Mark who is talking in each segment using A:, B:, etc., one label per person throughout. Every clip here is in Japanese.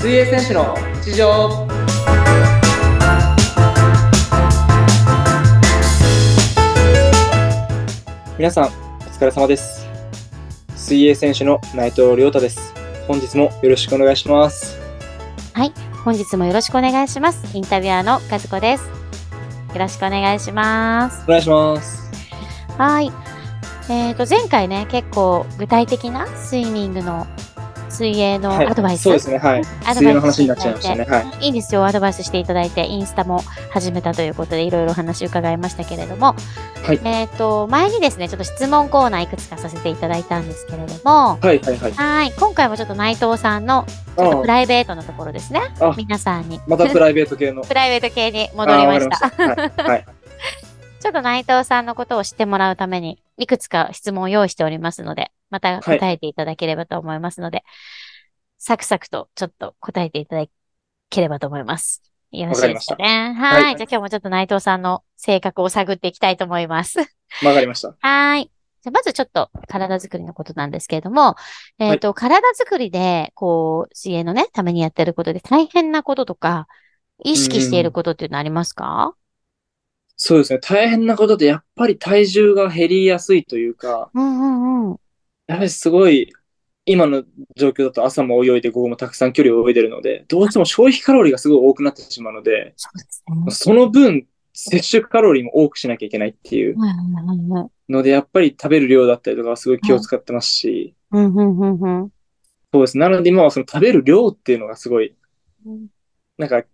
A: 選手の日常
B: 皆さん、お疲れ様です。水泳選手の内藤亮太です。本日もよろしくお願いします。
C: 本日もよろしくお願いします。インタビュアーの和子です。よろしくお願いします。
B: お願いします。
C: はい。えっ、と、前回ね、結構具体的なスイミングの水泳の
B: はい
C: アドバイス。
B: そうですね、はい。
C: アドバイス
B: 水泳の話になっちゃいましたね。はい。
C: いいですよ。アドバイスしていただいて、インスタも始めたということで、いろいろお話伺いましたけれども、
B: はい
C: えっ、と、前にですね、ちょっと質問コーナーいくつかさせていただいたんですけれども、
B: はい、はい、はい。
C: はい。今回もちょっと内藤さんのちょっとプ
B: ああ、
C: ライベートのところですね
B: あ。
C: 皆さんに。
B: またプライベート系の。
C: プライベート系に戻りました。
B: あーわかりました。はい。はい、
C: ちょっと内藤さんのことを知ってもらうために、いくつか質問を用意しておりますので、また
B: はい
C: 答えていただければと思いますので、サクサクとちょっと答えていただければと思います。よろしいです
B: か
C: かね。
B: りました
C: はい。
B: はい
C: じゃあ今日もちょっと内藤さんの性格を探っていきたいと思います。
B: わかりました。
C: はい。じゃあまずちょっと体作りのことなんですけれども、えっ、と、体作りで、こう、水泳のね、ためにやってることで大変なこととか、意識していることっていうのありますか
B: そうですね、大変なことで、やっぱり体重が減りやすいというか、
C: うんうんうん。
B: やはりすごい、今の状況だと朝も泳いで午後もたくさん距離を泳いでるので、どうしても消費カロリーがすごい多くなってしまうので、
C: そうですね。
B: その分、摂取カロリーも多くしなきゃいけないっていう
C: はいはいはいはい
B: ので、やっぱり食べる量だったりとかはすごい気を使ってますし、
C: うんうんうん
B: そうです。なので今はその食べる量っていうのがすごい、
C: うん。
B: なんか
C: 増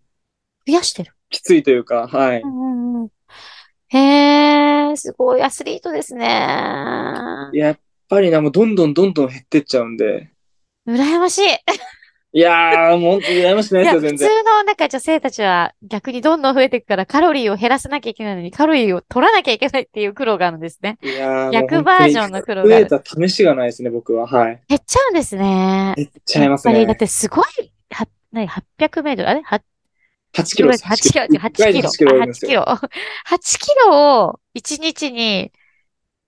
C: やしてる。
B: きついというか、はい。
C: んうん。へえ、すごいアスリートですね。
B: やっぱりな、もうどんどんどんどん減ってっちゃうんで、
C: 羨ましい。い
B: いやー、もう本当に羨ましくないです
C: や、
B: よ、
C: 普
B: 全
C: 通
B: 然。
C: のなんか女性たちは逆にどんどん増えていくからカロリーを減らさなきゃいけないのにカロリーを取らなきゃいけないっていう苦労があるんですね。
B: いやーもう本当
C: 逆
B: に
C: バージョンの苦労
B: 増
C: があ
B: え
C: る。
B: た試しがないですね、僕は。はい。
C: 減っちゃうんですね。
B: 減っちゃいます
C: やっぱりだっ
B: ね。
C: てすごい、は、なに、800メートル、あれは
B: 8キロです。
C: 8キロ、8
B: 1回で
C: キロ、
B: 8キロ泳ぎ
C: あ
B: ま
C: 8
B: す
C: キ
B: よ。
C: ロ。8キロを1日に、え、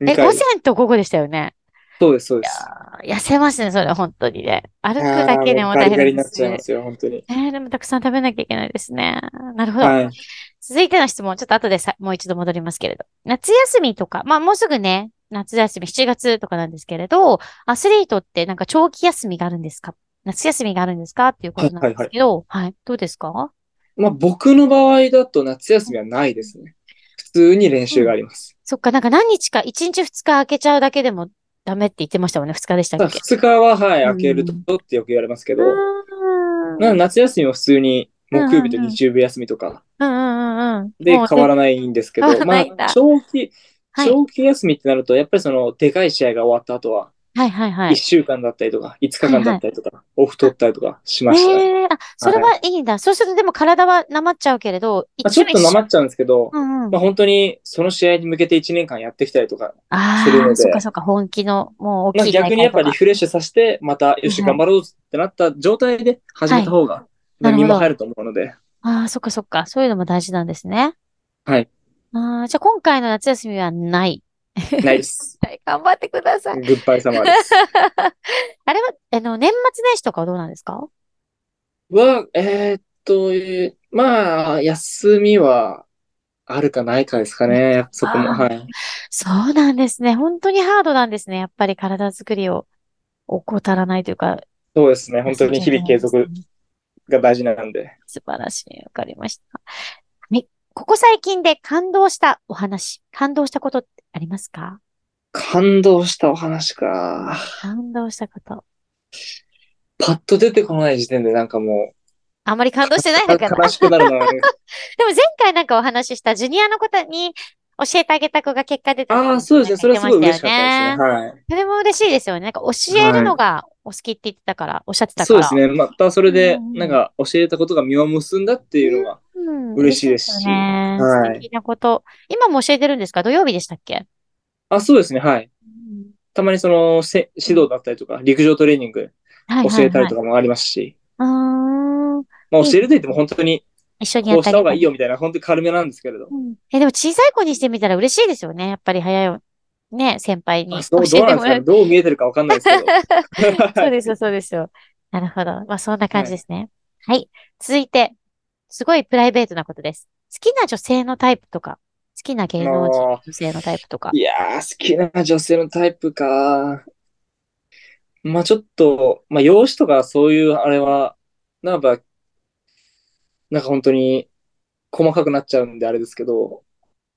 B: 2
C: 午
B: 回
C: 前。と午後でしたよね。
B: そうです、そうです。
C: 痩せますね、それ、本当にね。歩くだけでも
B: あーう
C: 大
B: ガリガリ
C: 変
B: に
C: で
B: なっ
C: す
B: ちゃいま
C: ね。
B: すよ、本当に。
C: えー、でもたくさん食べなきゃいけないですね。なるほど。
B: はい。
C: 続いての質問、ちょっと後でさ、もう一度戻りますけれど。夏休みとか、まあもうすぐね、夏休み、7月とかなんですけれど、アスリートってなんか長期休みがあるんですか夏休みがあるんですかっていうことなんですけど、はい、どうですか
B: まあ僕の場合だと夏休みはないですね。普通に練習があります。
C: そっか、なんか何日か、1日2日空けちゃうだけでもダメって言ってましたもんね、2日でした
B: た
C: っ
B: だ
C: け
B: 2日は、はい、
C: うん
B: 開けるとってよく言われますけど、
C: うーん
B: なんか夏休みは普通に木曜日と
C: うんうんうん
B: 日曜日休みとか
C: うんうんうんうん。
B: で
C: もう
B: 変わらないんですけど
C: 変わ、ら
B: ま
C: な
B: あ
C: いんだ
B: 長期、
C: はい
B: 長期休みってなると、やっぱりそのでかい試合が終わった後は、
C: はいはいは
B: 1
C: い。
B: 週間だったりとか、5日間だったりとか、オフ取ったりとかしましたね。
C: ええあ、それはいいんだ。そうするとでも体はなまっちゃうけれど、
B: まあちょっとな
C: っ
B: まっちゃうんですけど
C: う、んうん。
B: まあ本当にその試合に向けて1年間やってきたりとか、
C: あ
B: するの
C: あ、
B: で
C: そっかそっか、本気の、もう
B: まあ
C: 大きい大
B: 逆
C: 会
B: にやっぱ
C: と
B: リ
C: か。
B: フレッシュさせて、また、よし、
C: はい
B: 頑張ろうってなった状態で始めた方が、
C: なるほ
B: 何
C: ど
B: も入ると思うので、
C: ああ、そっかそっか、そういうのも大事なんですね。
B: はい。
C: ああ、じゃあ今回の夏休みはない。
B: ないです。
C: はい頑張ってくださ
B: グ
C: い。
B: ッバイ様です。
C: あれは、あの、年末年始とかはどうなんですか
B: は、えーっと、えーまあ、休みはあるかないかですかね。そこも、
C: あー
B: はい。
C: そうなんですね。本当にハードなんですね。やっぱり体作りを怠らないというか、
B: そうですね。本当に日々継続が大事なんで。
C: 素晴らしい。わかりました。はい。ここ最近で感動したお話、感動したことってありますか
B: 感動したお話か。
C: 感動したこと。
B: パッと出てこない時点でなんかも、
C: あんまり感動してないうのかな。
B: 悲しくなるな。
C: でも前回なんかお話ししたジュニアの子に教えてあげた子が結果出た
B: ああ、そうですね。それはすごい嬉しかったですね。
C: ね。
B: はい。
C: それも嬉しいですよね。なんか教えるのがお好きって言ってたから、おっしゃってたか
B: そう
C: ら。
B: ですね。またそれで
C: う、ん
B: なんか教えたことが実を結んだっていうのが、
C: うん。
B: 嬉しいですし
C: 嬉よね。
B: はい
C: 素敵なこと。今も教えてるんですか土曜日でしたっけ
B: あ、そうですね。はい。たまにその、せ指導だったりとか、陸上トレーニング
C: はいはいはい。
B: 教えたりと
C: か。
B: かもありますし、
C: うーん。
B: まあ教えると言っても本当に
C: 一緒にや
B: こ
C: っ
B: うしたた方
C: りと
B: が
C: か
B: いいよみたいな、本当に軽めなんですけれど。
C: うんえ、でも小さい子にしてみたら嬉しいですよね。やっぱり早いよ。ね、先輩に
B: あそう
C: 教え
B: どうな
C: て
B: んで
C: も
B: すか、
C: ら
B: ね、
C: う。
B: どう見えてるかわかんないですけど。
C: そうですよ、そうですよ。なるほど。まあ、そんな感じですね。続いて、すごいプライベートなことです。好きな女性のタイプとか、好きな芸能人、
B: あ
C: 女性のタイプとか
B: ー。いやー、好きな女性のタイプか。まあちょっと、まあ容姿とかそういうあれは、なんか、なんか本当に細かくなっちゃうんであれですけど、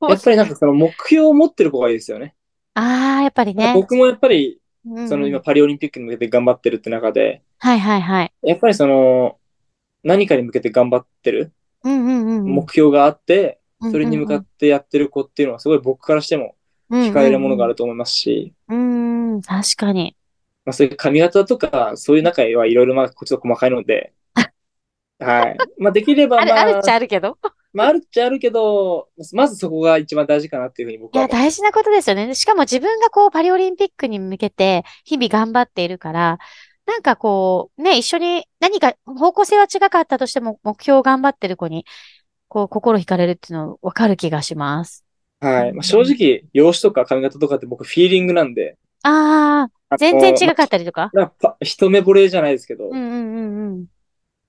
B: やっぱりなんかその目標を持ってる子がいいですよね。
C: ああ、やっぱりね。
B: 僕もやっぱり、
C: うん
B: その今パリオリンピックに向けて頑張ってるって中で、
C: はいはいはい。
B: やっぱりその、何かに向けて頑張ってる
C: うんうんうんうん。
B: 目標があって、それに向か
C: っ
B: ってやってる子っていうのはすごい僕からしても
C: て
B: 惹かれるものがあ
C: る。
B: ると思いますし、
C: うんうん、確かに。
B: まあそういう髪型とか、そういう中はいろいろまあ、こっちょっと細かいの で、はい。まあできれば
C: ある、
B: ま
C: あるっちゃ
B: あ、
C: あるけど。
B: まああるっちゃあるけど、まずそこが一番大事かなっていうふうに僕
C: い
B: は
C: や、
B: 思う。
C: 大事なことですよね。しかも自分がこう、パリオリンピックに向けて、日々頑張っているから、なんかこう、ね、一緒に何か、方向性は違かったとしても、目標を頑張ってる子に、こう、心惹かれるっていうのわかる気がします。
B: はい。まあ、正直、容姿とか髪型とかって僕フィーリングなんで、
C: ああ、
B: あの
C: 全然違かったりとか。
B: まあパ一目惚れじゃないですけど、
C: うんうんうんうん。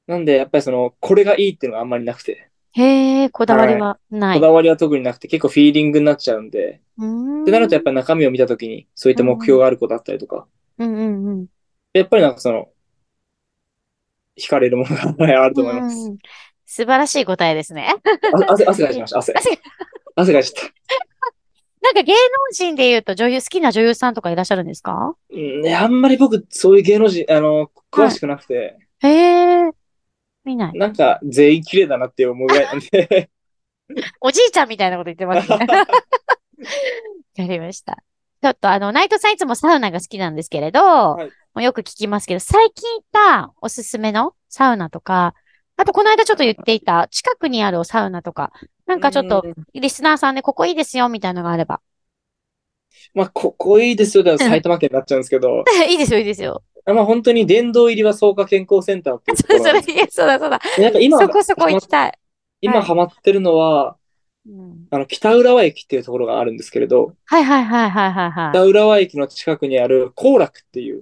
B: なんでやっぱりその、これがいいっていうのがあんまりなくて、
C: へえ、こだわりはな
B: こ
C: い。
B: だわりは特になくて結構フィーリングになっちゃうんで、
C: っ
B: ってなるとやっぱり中身を見たときに、そういった目標がある子だったりとか、
C: うんうんうん。
B: やっぱりなんかその、惹かれるものがはいあると思います。
C: うん素晴らしい答えですね。
B: あ汗、汗かいちゃいました、汗。
C: 汗
B: 汗かいちゃった。
C: なんか芸能人で言うと女優、好きな女優さんとかいらっしゃるんですか
B: うんね、あんまり僕、そういう芸能人、あの、詳しくなくて、
C: へえ、見ない。
B: なんか全員綺麗だなって思うぐらいなんで、
C: おじいちゃんみたいなこと言ってますね。 わかりました。ちょっとあの、内藤さんいつもサウナが好きなんですけれど、
B: い
C: もうよく聞きますけど、最近行ったおすすめのサウナとか、あとこの間ちょっと言っていた近くにあるおサウナとか、なんかちょっと
B: うん。
C: リスナーさんでここいいですよみたいなのがあれば。
B: まあ、ここいいですよ、でも埼玉県になっちゃうんですけど、
C: いいですよ、いいですよ。
B: あまあ本当に殿堂入りは草加健康センターっていうとこ
C: そ
B: ろ
C: そ
B: なん
C: れ、
B: で
C: いやそうだ、そうだ。
B: す。なんか今、
C: そこそこ行きたい。
B: 今ハマってるのは、
C: うん
B: あの、北浦和駅っていうところがあるんですけれど、
C: はいはいはいはいはいは
B: 北浦和駅の近くにある幸楽っていう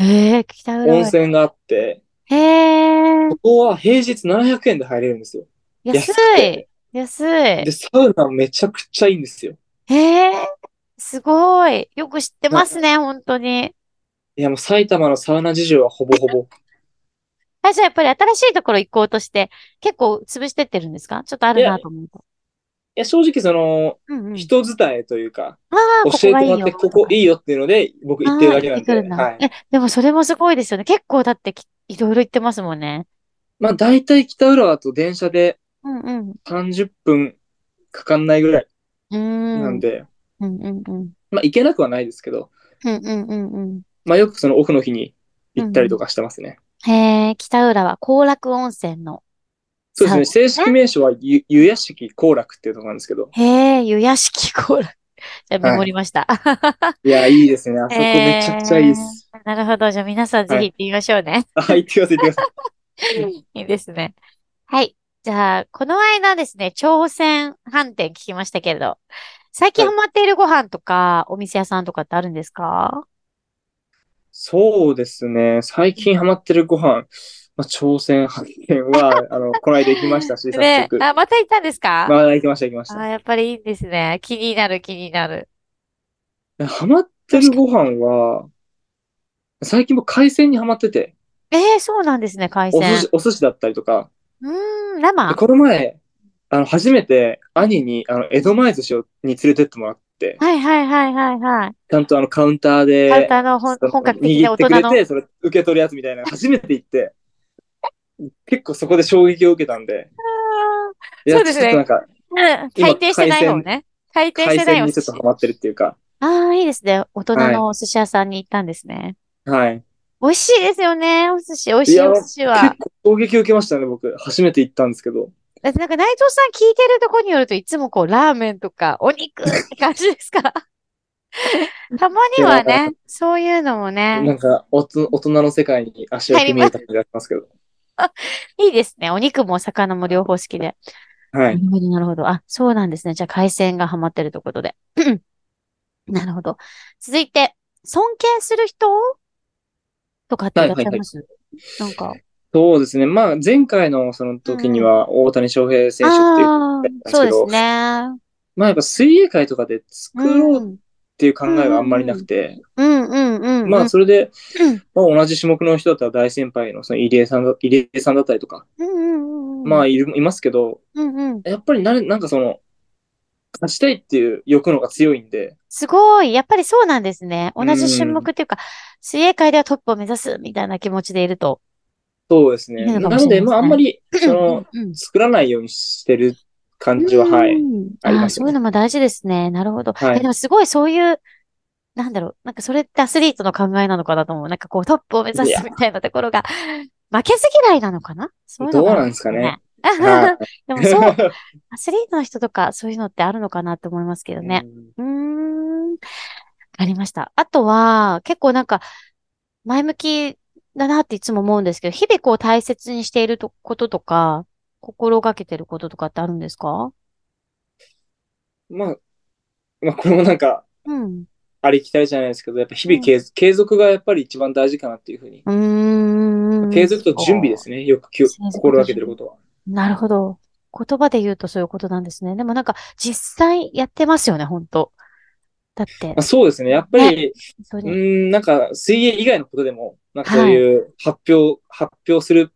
C: い。へえ、北浦和
B: 温泉があって、
C: へえ、
B: ここは平日700円で入れるんですよ。
C: 安
B: 安く
C: い
B: て。
C: 安い
B: で、。サウナめちゃくちゃいいんですよ。
C: へえ、すごい。よく知ってますね、本当に。
B: いや、もう埼玉のサウナ事情はほぼほ ぼ。
C: あ、じゃあやっぱり新しいところ行こうとして、結構潰してってるんですかちょっとあるなと思うと。
B: いや、正直その、
C: うんうん。
B: 人伝えというか、
C: ああ、こ
B: 教
C: こ
B: え
C: が
B: て
C: いい
B: もらっ
C: よ
B: て、ここいいよっていうので、僕行ってるだけなん
C: あ
B: で。
C: あ行ってくるんだ
B: はい。
C: え、でもそれもすごいですよね。結構だってきいろいろ行ってますもんね。
B: まあ、大体北浦和と電車で
C: うんうん。
B: 30分かかんないぐらいう
C: ーん。
B: なんで、
C: うんうんうん。
B: まあ、行けなくはないですけど、
C: うんうんうんうん。
B: まあ、よくそのオフの日に行ったりとかしてますね。
C: へえ、北浦和、後楽温泉の。
B: そうですね。
C: サウナ
B: 正式名称はゆ、ゆやしき幸楽っていうところなんですけど。
C: へえ、湯屋敷後楽。じゃあ、メ
B: はい
C: モりました。
B: いや、いいですね。あそこめちゃくちゃいいです。
C: なるほど。じゃあ、皆さんぜひ行ってみましょうね。
B: あ、行ってください、行ってください。
C: い、いですね。はい。じゃあ、この間ですね、朝鮮飯店聞きましたけれど、最近
B: は
C: ハ
B: い
C: マっているご飯とか、お店屋さんとかってあるんですか
B: そうですね。最近ハマってるご飯、まあ、朝鮮発見 は、あの、この間行きましたし、早
C: ね
B: 速。、
C: あ、また行ったんですか
B: まあ、行きました、行きまし
C: あ、やっぱりいいですね。気になる、気になる。
B: た。ハマってるご飯は、最近も海鮮にハマってて、
C: ええそうなんですね、海
B: お寿
C: 鮮
B: 司。お寿司だったりとか、
C: うーん、生
B: で。この前、あの、初めて兄に、あの、江戸前寿司をに連れてってもらって、
C: はいはいはいはいはい。
B: ちゃんとあの、カウンターで、
C: カウンターの本
B: その
C: 本格的な大人
B: 握って
C: の
B: く。れて、それ受け取るやつみたいな、初めて行って、結構そこで衝撃を受けたんで、いや
C: そうですね
B: ちょっとなんか、
C: うん回転してない方ね。回転し
B: 海
C: てない
B: 鮮
C: お
B: にち
C: 寿
B: ょっと。
C: 司
B: ハマってるっていうか、
C: ああ、いいですね。大人
B: はい
C: のお寿司屋さんに行ったんですね。
B: はい。
C: 美味しいですよね。お寿司、美味し
B: い
C: い
B: や
C: お寿司は
B: 結。構衝撃を受けましたね、僕。初めて行ったんですけど。
C: だってなんか内藤さん聞いてるとこによるといつもこうラーメンとかお肉って感じですから。たまにはい
B: や
C: ね、そういうのも
B: な
C: ね、
B: んか、おつ大人の世界に足を踏み入れた感じがしますけど。
C: いいですね。お肉もお魚も両方好きで。
B: は。
C: ないるほど、なるほど。あ、そうなんですね。じゃあ、海鮮がハマってるということで。 なるほど。続いて、尊敬する人とかっていらっしゃいますなんか、
B: そうですね。まあ、前回のその時には大谷翔平選手っていう、
C: ああー、そうですね。
B: まあやっぱ水泳界とかで
C: う
B: 作ろうっ
C: ん。
B: ていう考えがあんまりなくて、
C: うんうんうんうん。
B: まあそれで、
C: うん
B: まあ同じ種目の人だったら大先輩のその入江さんだ、入江さんだったりとか、
C: うんうんうん。
B: まあいる、いますけど、
C: うんうん。
B: やっぱりなれ、なんかその、勝ちたいっていう欲の方が強いんで、
C: すごい。やっぱりそうなんですね。同じ種
B: う
C: 目っていうか、水泳界ではトップを目指すみたいな気持ちでいると。
B: そうですね。
C: ねえ
B: な
C: かも
B: の
C: しれないです
B: で、
C: ね
B: まああんまり、その、
C: うんうん
B: 作らないようにしてる感じは、
C: うん
B: はい。。あり
C: ああ、
B: ます
C: そ
B: よ
C: う
B: ね
C: いうのも大事ですね。なるほど。
B: はい
C: えでもすごいそういう、なんだろう。なんかそれってアスリートの考えなのかなと思う。なんかこうトップを目指
B: い
C: す
B: や
C: みたいなところ が、負けず嫌いなのかなそういうのがある
B: どう なん
C: ですかねでもそう、
B: は
C: アスリートの人とかそういうのってあるのかなって思いますけど
B: い。
C: ね。うーん。わかりました。あとは、結構なんか、前向きだなっていつも思うんですけど、日々こう大切にしているとこととか、心がけてることとかってあるんですか
B: まあ、まあこれもなんか、
C: うん。
B: ありきたりじゃないですけど、やっぱ日
C: うん
B: 々継,、継続がやっぱり一番大事かなっていうふうに。
C: うーん。
B: 継続と準備ですね。よくきゅ
C: 継続と
B: 心がけてることは。
C: なるほど。言葉で言うとそういうことなんですね。でもなんか、実際やってますよね、本当だって
B: まあ、、 そうですね。やっぱり、
C: そう
B: う
C: ね。
B: ん、なんか水泳以外のことでも、なんかそういう発表、発表する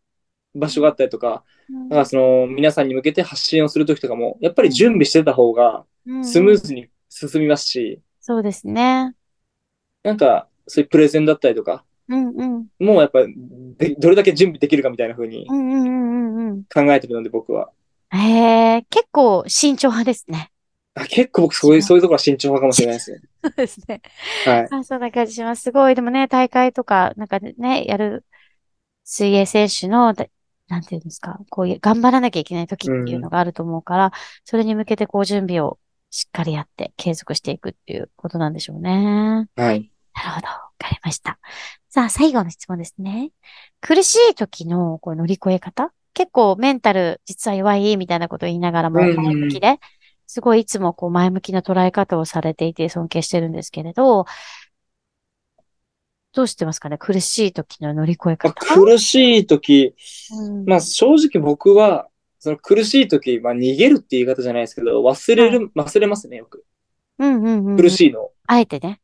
B: 場所があったりとか、
C: うん
B: なんかその皆さんに向けて発信をするときとかも、やっぱり準備してた方が
C: うん
B: スムーズに進みますし、
C: そうですね。
B: なんかそういうプレゼンだったりとか、
C: うんうん。
B: もうやっぱでどれだけ準備できるかみたいな風に
C: うんうんうんうんうん。
B: 考えてるので僕は。
C: へえ、結構慎重派ですね。
B: あ結構僕そういう、そういうところは慎重派かもしれないですね。
C: そうですね。
B: はい。
C: あ、そんな感じします。すごい。でもね、大会とか、なんかね、やる水泳選手の、だなんていうんですか、こういう、頑張らなきゃいけない時っていうのがあると思うから、それに向けてこう準備をしっかりやって継続していくっていうことなんでしょうね。
B: はい。
C: なるほど。わかりました。さあ、最後の質問ですね。苦しい時のこう乗り越え方結構メンタル実は弱いみたいなことを言いながらも
B: うんうん
C: 前向きで、すごいいつもこう前向きな捉え方をされていて尊敬してるんですけれど、どうしてますかね苦しい時の乗り越え
B: まあ
C: 方
B: 苦しい時、
C: うん
B: まあ正直僕は、その苦しい時、まあ逃げるって言い方じゃないですけど、忘れる、忘れますね、よく。
C: うんうんうん。
B: 苦しいのを。
C: あえてね。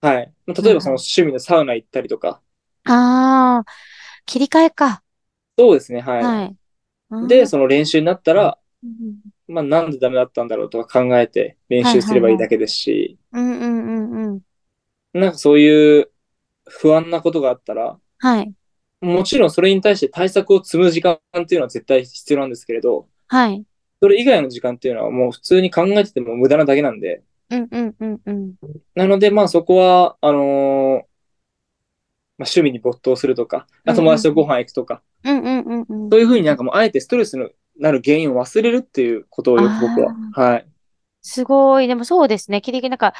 B: はい。まあ例えばそ
C: うん
B: の
C: うん
B: 趣味のサウナ行ったりとか。
C: ああ、切り替えか。
B: そうですね、は
C: はい。
B: い。
C: あ
B: で、
C: ー
B: その練習になったら、
C: うん
B: まあなんでダメだったんだろうとか考えて練習すればいいだけですし、
C: うんうんうんうん。
B: なんかそういう不安なことがあったら、
C: はい。
B: もちろんそれに対して対策を積む時間っていうのは絶対必要なんですけれど、
C: はい。
B: それ以外の時間っていうのはもう普通に考えてても無駄なだけなんで、
C: うんうんうんうん。
B: なのでまあそこは、あのーまあ、趣味に没頭するとか、
C: うんうん
B: あ友達とご飯行くとか、
C: うんうんうんうん。
B: そういうふうになんかもうあえてストレスのなる原因を忘れるっていうことをよく僕は、はい。
C: すごい。でもそうですね。キリキリなんか、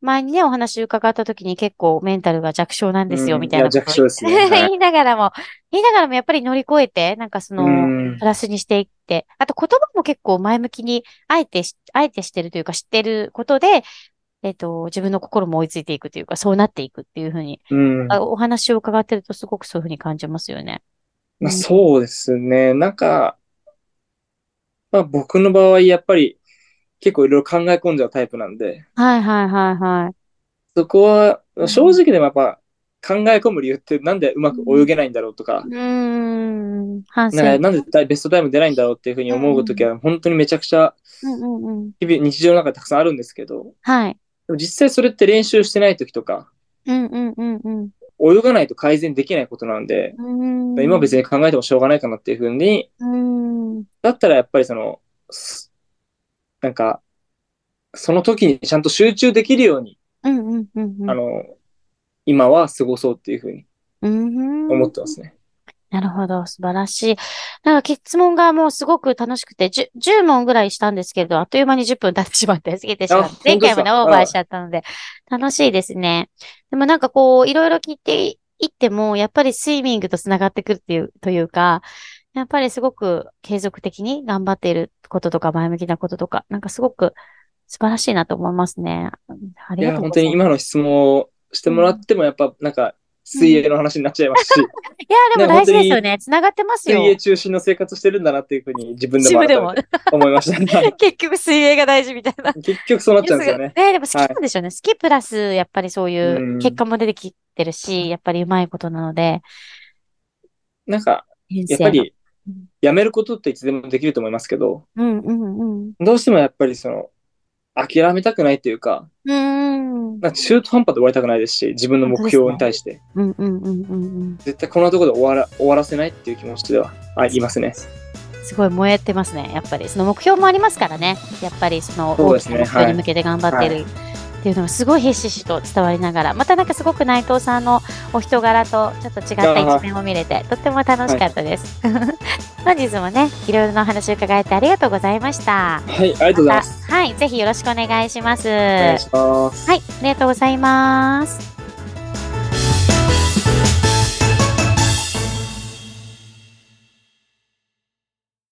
C: 前にね、お話伺った時に結構メンタルが弱小なんですよ、
B: うん
C: みたいなこと
B: い
C: を
B: や弱小ですねはい
C: 言いながらも、言いながらもやっぱり乗り越えて、なんかそうの、
B: ん
C: プ。ラスにしていって、あと言葉も結構前向きに、あえてし、あえてしてるというか知ってることで、えっと、自分の心も追いついていくというか、そうなっていくっていうふうに、
B: うん。
C: あお話を伺ってるとすごくそういうふうに感じますよね。
B: まあ、そうですね。なんか、まあ僕の場合、やっぱり結構いろいろ考え込んじゃうタイプなんで、
C: はいはいはいはい。
B: そこは
C: うん
B: 正直でもやっぱ考え込む理由ってなんでうまく泳げないんだろうとか、
C: うーん、反省。
B: なんかなんでベストタイム出ないんだろうっていうふうに思う時は本当にめちゃくちゃ
C: うんうんうん。
B: 日々日常の中でたくさんあるんですけど、
C: はい。
B: でも実際それって練習してない時とか、
C: うんうんうんうん。
B: 泳がないと改善できないことなんで、
C: うーん
B: 今別に考えてもしょうがないかなっていうふうに、
C: うーん。
B: だったらやっぱりその、すなんか、その時にちゃんと集中できるように、
C: うんうんうんうん。
B: あの、今は過ごそうっていうふうに
C: うーん
B: 思ってますね。
C: なるほど。素晴らしい。なんか質問がもうすごく楽しくて、10, 10問ぐらいしたんですけれど、あっという間に10分経ってしまって、過ぎてしまっ
B: あ
C: て、前回もね、
B: 本当ですか
C: オーバーしちゃったので、楽しいですね。でもなんかこう、いろいろ聞いていっても、やっぱりスイミングとつながってくるっていう、というか、やっぱりすごく継続的に頑張っていることとか、前向きなこととか、なんかすごく素晴らしいなと思いますね。あ
B: い
C: りが
B: や、
C: とう
B: 本
C: ござ
B: 当
C: い
B: に
C: ます。
B: 今の質問をしてもらっても、やっぱ、なんか、水泳の話になっちゃいますし、
C: いや、でも
B: ね
C: 大事ですよね。繋がってますよ
B: 水。泳中心の生活してるんだなっていうふうに自分で
C: 自
B: も
C: 分で
B: 改
C: も
B: め。て思いましたね
C: 結局水泳が大事みたいな。
B: 結局そうなっちゃうんですよね。
C: ね、でも好きなんでしょうね。好きプラス、やっぱりそういううん結果も出てきてるし、やっぱりうまいことなので、
B: なんか、
C: 編
B: やっぱ
C: 成の。
B: り
C: うん、
B: やめることっていつでもできると思いますけど、
C: うんうんうん。
B: どうしてもやっぱりその、諦めたくないというか、
C: うーん。
B: なんか中途半端で終わりたくないですし、自分の目標に対して、
C: うんうんうんうん
B: 絶対こんなところで終わら終わらせないっていう気持ちではありますね。
C: うん。すごい燃えてますね。やっぱり、その目標もありますからね。やっぱり、その
B: そう
C: 大
B: で
C: き
B: す
C: な
B: ね
C: 目標に向けて頑張って
B: は
C: る。っていうのがすごいひしひしと伝わりながら、またなんかすごく内藤さんのお人柄とちょっと違った一面を見れて、とっても楽しかったです。 本日もね、いろいろなお話を伺えてありがとうございました。
B: はい、ありがとうございます。
C: はい、ぜひよろしくお願いします。
B: お願
C: はい
B: します。
C: い、ありがとうございます。